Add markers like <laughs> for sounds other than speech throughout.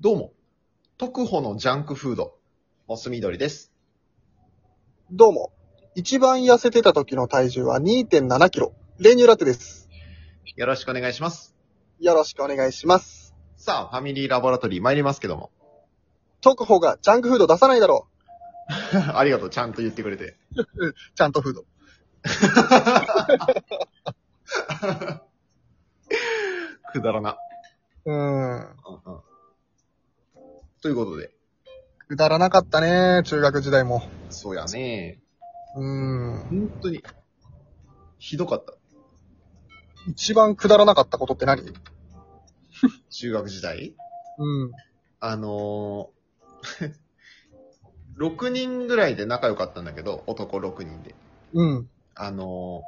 どうも、特保のジャンクフード、モス緑です。どうも。一番痩せてた時の体重は2.7キロ。練乳ラテです。よろしくお願いします。よろしくお願いします。さあ、ファミリーラボラトリー参りますけども。 <laughs> 特報がジャンクフード出さないだろありがとう、ちゃんと言ってくれて。う。ちゃんとフード。くだらな。うーん。うんうんということで、くだらなかったね、中学時代も。そうやね。うーん。本当に、ひどかった。一番くだらなかったことって何う中学時代。ん。あの <laughs> ー、6人ぐらいで仲良かったんだけど、男6人で。うん。あの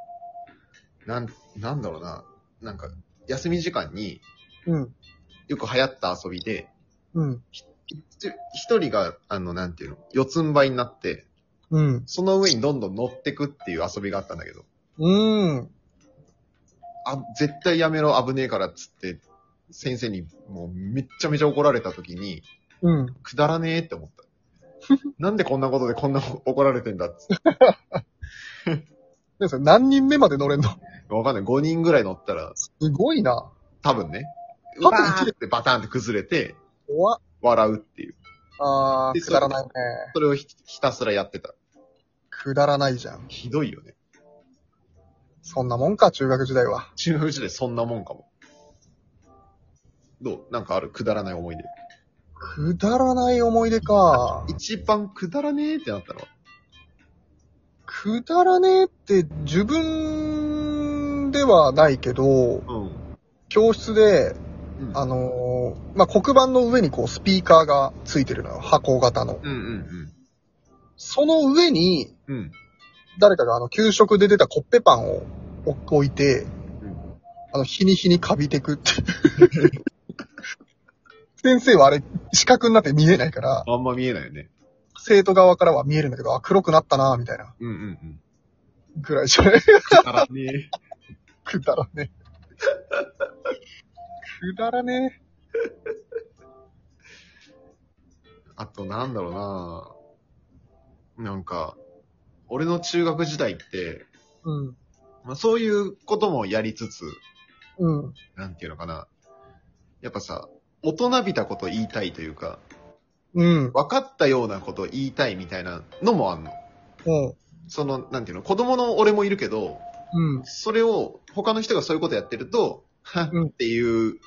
ー、なん、なんだろうな。なんか、休み時間にうん。よく流行った遊びで、うん。ひ一人が、あの、なんていうの、四つん這いになって、うん。その上にどんどん乗ってくっていう遊びがあったんだけど、うーん。あ、絶対やめろ、危ねえからっつって、先生にもうめっちゃめちゃ怒られた時に、うん。くだらねえって思った。 <laughs> なんでこんなことでこんな怒られてんだっつって。でそれ何人目まで乗れんのわかんない。5人ぐらい乗ったら、すごいな。多分ね、う多わ分ーってバターンって崩れて、怖っ。笑うっていう。あでー、くだらないね。それをひひたすらやってた。くだらないじゃん。ひどいよね。そんなもんか、中学時代は。中学時代そんなもんかも。どうなんかあるくだらない思い出。くだらない思い出か。一番くだらねえってなったのはくだらねえって自分ではないけど、うん。教室で、うん。あのーまあ、黒板の上にこうスピーカーがついてるのよ。箱型の。うんうんその上に、うん。うん。誰かがあの、給食で出たコッペパンを置いて、うんあの、日に日にカビてくっていう。 <laughs> 先生はあれ、四角になって見えないから、あんま見えないよね。生徒側からは見えるんだけど、あ、黒くなったな、みたいな。うんうんうん。ぐらいじゃないくだらねえ。くだらねえ。くだらねえ。 <laughs> あとなんだろうななんか、俺の中学時代って、うん。まあ、そういうこともやりつつ、うん。なんていうのかな。やっぱさ、大人びたこと言いたいというか、うん。分かったようなこと言いたいみたいなのもあんの。うん。その、なんていうの、子供の俺もいるけど、うん。それを他の人がそういうことやってると、はっうんっていう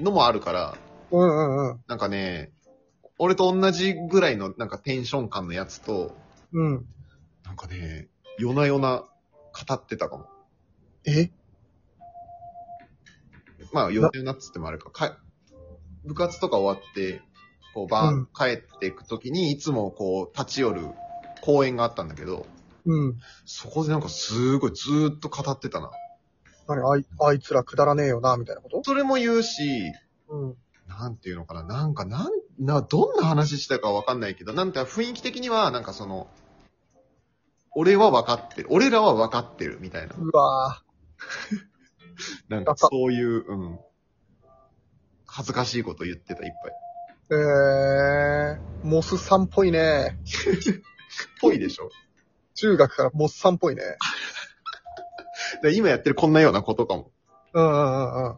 のもあるから、うん。うん。なんかね、俺と同じぐらいのなんかテンション感のやつと、うん。なんかね、夜な夜な語ってたかも。えまあ夜な夜なっつってもあれか、か部活とか終わって、こうバーン帰っていくときに、いつもこう立ち寄る公園があったんだけど、うん。そこでなんかすごいずーっと語ってたな。何あい、あいつらくだらねえよな、みたいなことそれも言うし、うん。なんていうのかな、なんか、なん、な、どんな話したかわかんないけど、なんか雰囲気的には、なんかその、俺は分かってる。俺らは分かってる、みたいな。うわぁ。なんか、そういう、うん。恥ずかしいこと言ってた、いっぱい。えー、モスさんっぽいね。ぽいでしょ。中学からモスさんっぽいね。で今やってるこんなようなことかも。うんうんうんうん。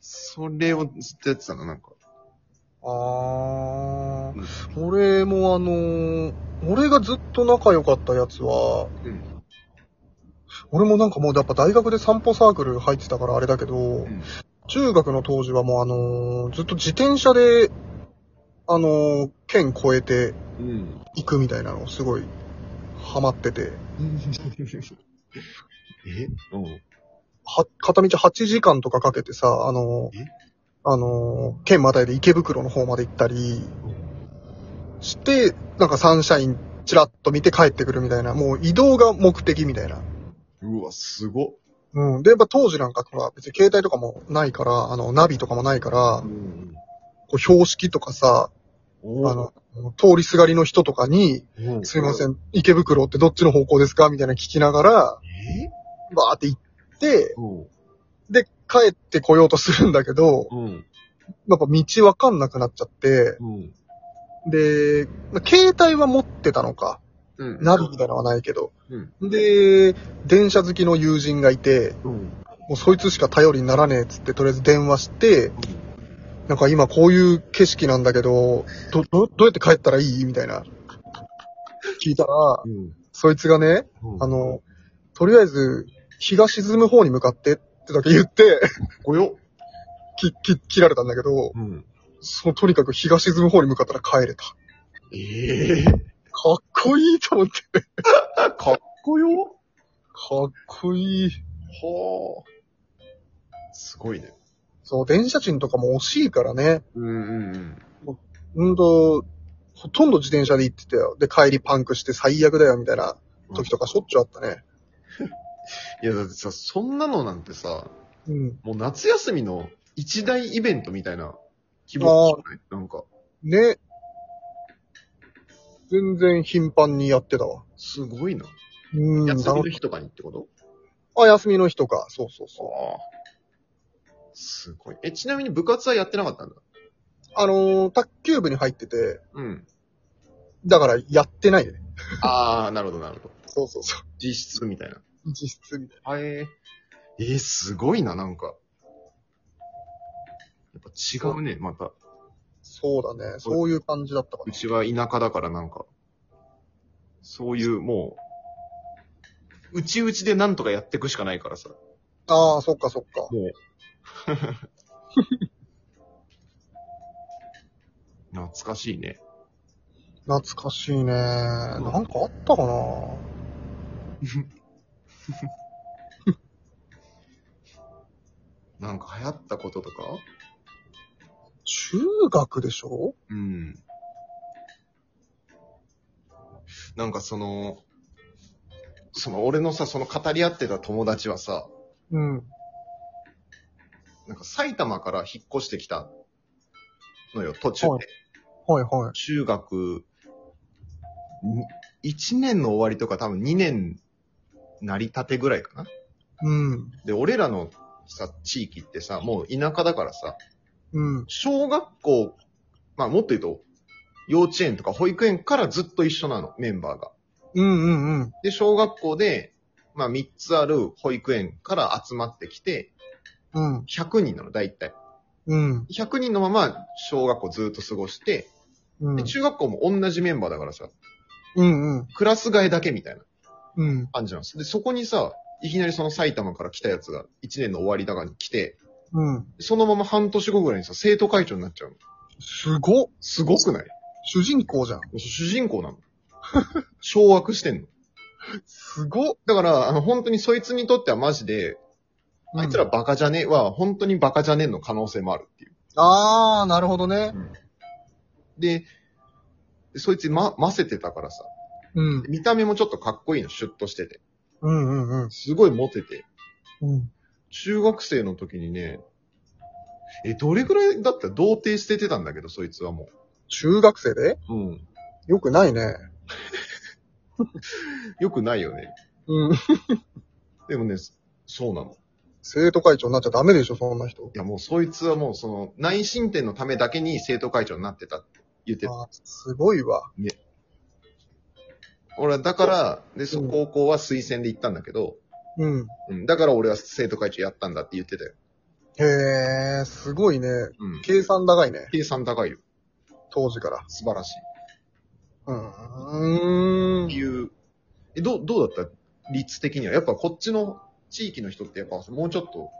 それをずっとやってたの、なんか。あうんー。俺もあのー、俺がずっと仲良かったやつは、うん。俺もなんかもうやっぱ大学で散歩サークル入ってたからあれだけど、ん中学の当時はもうあのーずっと自転車で、あのー県越えてうん。 <laughs> 行くみたいなのをすごいハマってて、えうん。は、片道8時間とかかけてさ、あのーえあのー県またいで池袋の方まで行ったりして、なんかサンシャインチラッと見て帰ってくるみたいな、もう移動が目的みたいな。うわ、すごっ。うん。で、やっぱ当時なんかほら、別に携帯とかもないから、あの、ナビとかもないからう、ん。こう標識とかさ、あおーの、通りすがりの人とかに、うすいません。ん、池袋ってどっちの方向ですかみたいなの聞きながら、えバーって行って、うん。で、帰ってこようとするんだけど、うん。やっぱ道わかんなくなっちゃって、うん。で、まあ携帯は持ってたのか、うん。ナビみたいなのはないけど。うん。で、電車好きの友人がいて、うん。もうそいつしか頼りにならねえっつって、とりあえず電話して、なんか今こういう景色なんだけど、ど、ど、どうやって帰ったらいいみたいな。聞いたら、うん。そいつがね、うん。あ、の、とりあえず、日が沈む方に向かってってだけ言って、ごよ。き、き、切られたんだけど、うん。そのとにかく日が沈む方に向かったら帰れた。ええかっこいいと思って。 <laughs> かっこよ。かっこいい。はあ。すごいね。そう、電車賃とかも惜しいからね。うんうんうん。うんと、ほとんど自転車で行ってたよ。で、帰りパンクして最悪だよ、みたいな時とかしょっちゅうあったね。いや、だってさ、そんなのなんてさ、うん。もう夏休みの一大イベントみたいな規模じゃないなんか、ね。全然頻繁にやってたわ。すごいな。うん。休みの楽し日とかにってことあ、休みの日とか。そうそうそああ。すごい。え、ちなみに部活はやってなかったんだ。う。あのー、卓球部に入ってて、うん。だからやってないね。ああ、なるほど、なるほど。そうそうそ実質みたいな。う。実質みたいはえー。えー、すごいな、なんか。やっぱ違うね、また。そうだね。そういう感じだったかうな。ちは田舎だからなんか、そういう、もう、うちうちでなんとかやっていくしかないからさ。ああ、そっかそっか。もう。懐かしいね。懐かしいね。なんかあったかななんか流行ったこととか中学でしょうん。なんかその、その俺のさ、その語り合ってた友達はさ、うん。なんか埼玉から引っ越してきたのよ、途中はで。はいはい。中学、1年の終わりとか多分2年なりたてぐらいかな。うん。で、俺らのさ、地域ってさ、もう田舎だからさ、うん。小学校、まあもっと言うと、幼稚園とか保育園からずっと一緒なの、メンバーが。うんうんうん。で、小学校で、まあ3つある保育園から集まってきて、うん。 100人なの、大体。うん。 100人のまま小学校ずっと過ごして、うん。で中学校も同じメンバーだからさ、うんうん。クラス替えだけみたいなうん。感じなんです。で、そこにさ、いきなりその埼玉から来たやつが1年の終わりだからに来て、うん。そのまま半年後ぐらいにさ、生徒会長になっちゃうの。すごっすごくない主人公じゃん。主人公 <laughs> なの。掌握してんの。すごっだから、あの、本当にそいつにとってはマジで、あいつらうんバカじゃねえは、本当にバカじゃねえの可能性もあるっていう。あー、なるほどね。で、そいつま、ませてたからさ。うん。見た目もちょっとかっこいいの、シュッとしてて。うんうんうん。すごいモテて。うん。中学生の時にね、え、どれぐらいだったら童貞捨ててたんだけど、そいつはも中学生でう。うん。よくないね。よくないよね。うん。でもね、そうなの。生徒会長になっちゃダメでしょ、そんな人。いやもうそいつはもうその内申点のためだけに生徒会長になってたって言ってた。あーすごいわ。俺はだから、で、そ、うん高校は推薦で行ったんだけど、うん。うん、だから俺は生徒会長やったんだって言ってたよ。へー、すごいね。うん。計算高いね。計算高いよ。当時から。素晴らしい。うーってん。いう、え、どう、どうだった率的には。やっぱこっちの地域の人ってやっぱもうちょっと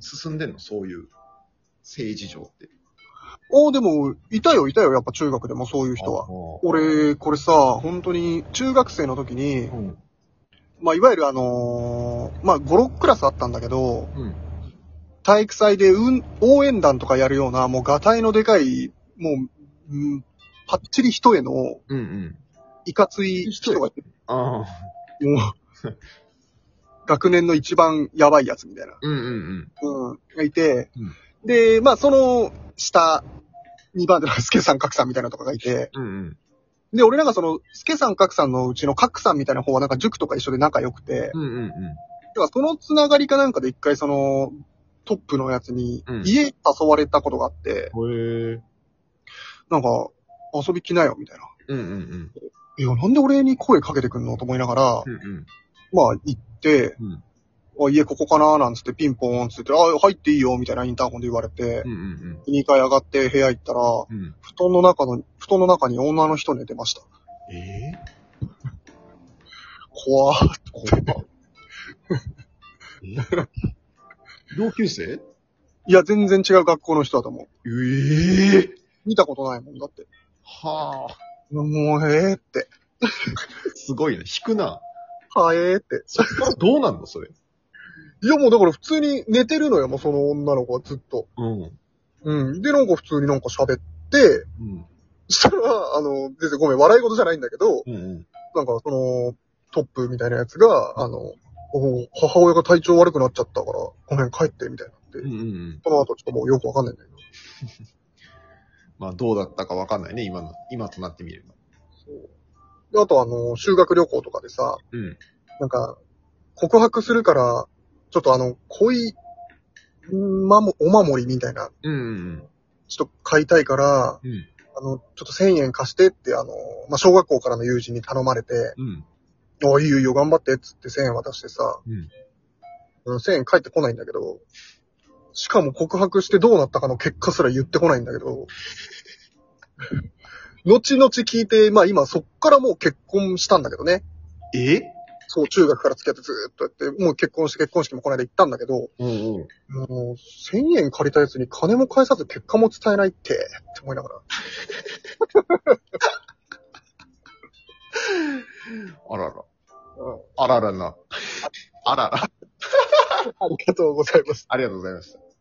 進んでんのそういう政治上って。おー、でも、いたよ、いたよ、やっぱ中学でもそういう人は。は。俺、これさ、本当に、中学生の時に、うん。まあ、いわゆるあのーまあ、5、6クラスあったんだけど、うん。体育祭で、うん、応援団とかやるような、もう、ガタイのでかい、もう、うん、パッチリ人への、うんうん。いかつい人が、もああ。う、学年の一番やばいやつみたいな、うんうんうん、がいて、うんで、まあ、その、下、2番手のスケさん、カクさんみたいなのとかがいて、うん。うんうん。で、俺なんかその、スケさん、カクさんのうちのカクさんみたいな方はなんか塾とか一緒で仲良くて、うんうんうん。だからそのつながりかなんかで一回その、トップのやつにうん、家誘われたことがあって、うんなんか、遊び来なよ、みたいな。うんうん。いや、なんで俺に声かけてくんのと思いながら、うんうん。まあ、行って、うんあ家ここかななんつって、ピンポーンつって、あ、入っていいよ、みたいなインターホンで言われて、うんうん2階上がって部屋行ったら、うん。うん。布団の中の、布団の中に女の人寝てました。ええ怖ー怖っ <laughs> え同級生いや、全然違う学校の人だと思う。ええ見たことないもんだって。はあ。もう、えーって、すごいな。引くな。はえーって。そっからどうなんのそれ。いや、もうだから普通に寝てるのよ、もうその女の子はずっと。うん。うん。で、なんか普通になんか喋って、 <laughs> うん。したら、あの、全然ごめん、笑い事じゃないんだけど、うんうん。なんかその、トップみたいなやつが、あの、お母親が体調悪くなっちゃったから、ごめん、帰って、みたいになって。うんうん。その後ちょっともうよくわかんないんだけど。まあ、どうだったかわかんないね。今の、今となってみれば。で、あとあの、修学旅行とかでさ、うん。なんか、告白するから、ちょっとあの、恋、んまも、お守りみたいな、うんうんちょっと買いたいから、うん。うん。あの、ちょっと1000円貸してって、あの、まあ、小学校からの友人に頼まれて、うん。おいいよいいよ頑張ってっつって1000円渡してさ、うんうん。1000円返ってこないんだけど、しかも告白してどうなったかの結果すら言ってこないんだ <laughs> けど、後々聞いて、まあ今そっからもう結婚したんだけどね。えそう、中学から付き合ってずーっとやって、もう結婚して結婚式もこの間行ったんだけど、うんうん。もう、1000円借りたやつに金も返さず結果も伝えないって、って思いながら。あらら。うんあららな。あらら。ありがとうございます。ありがとうございました。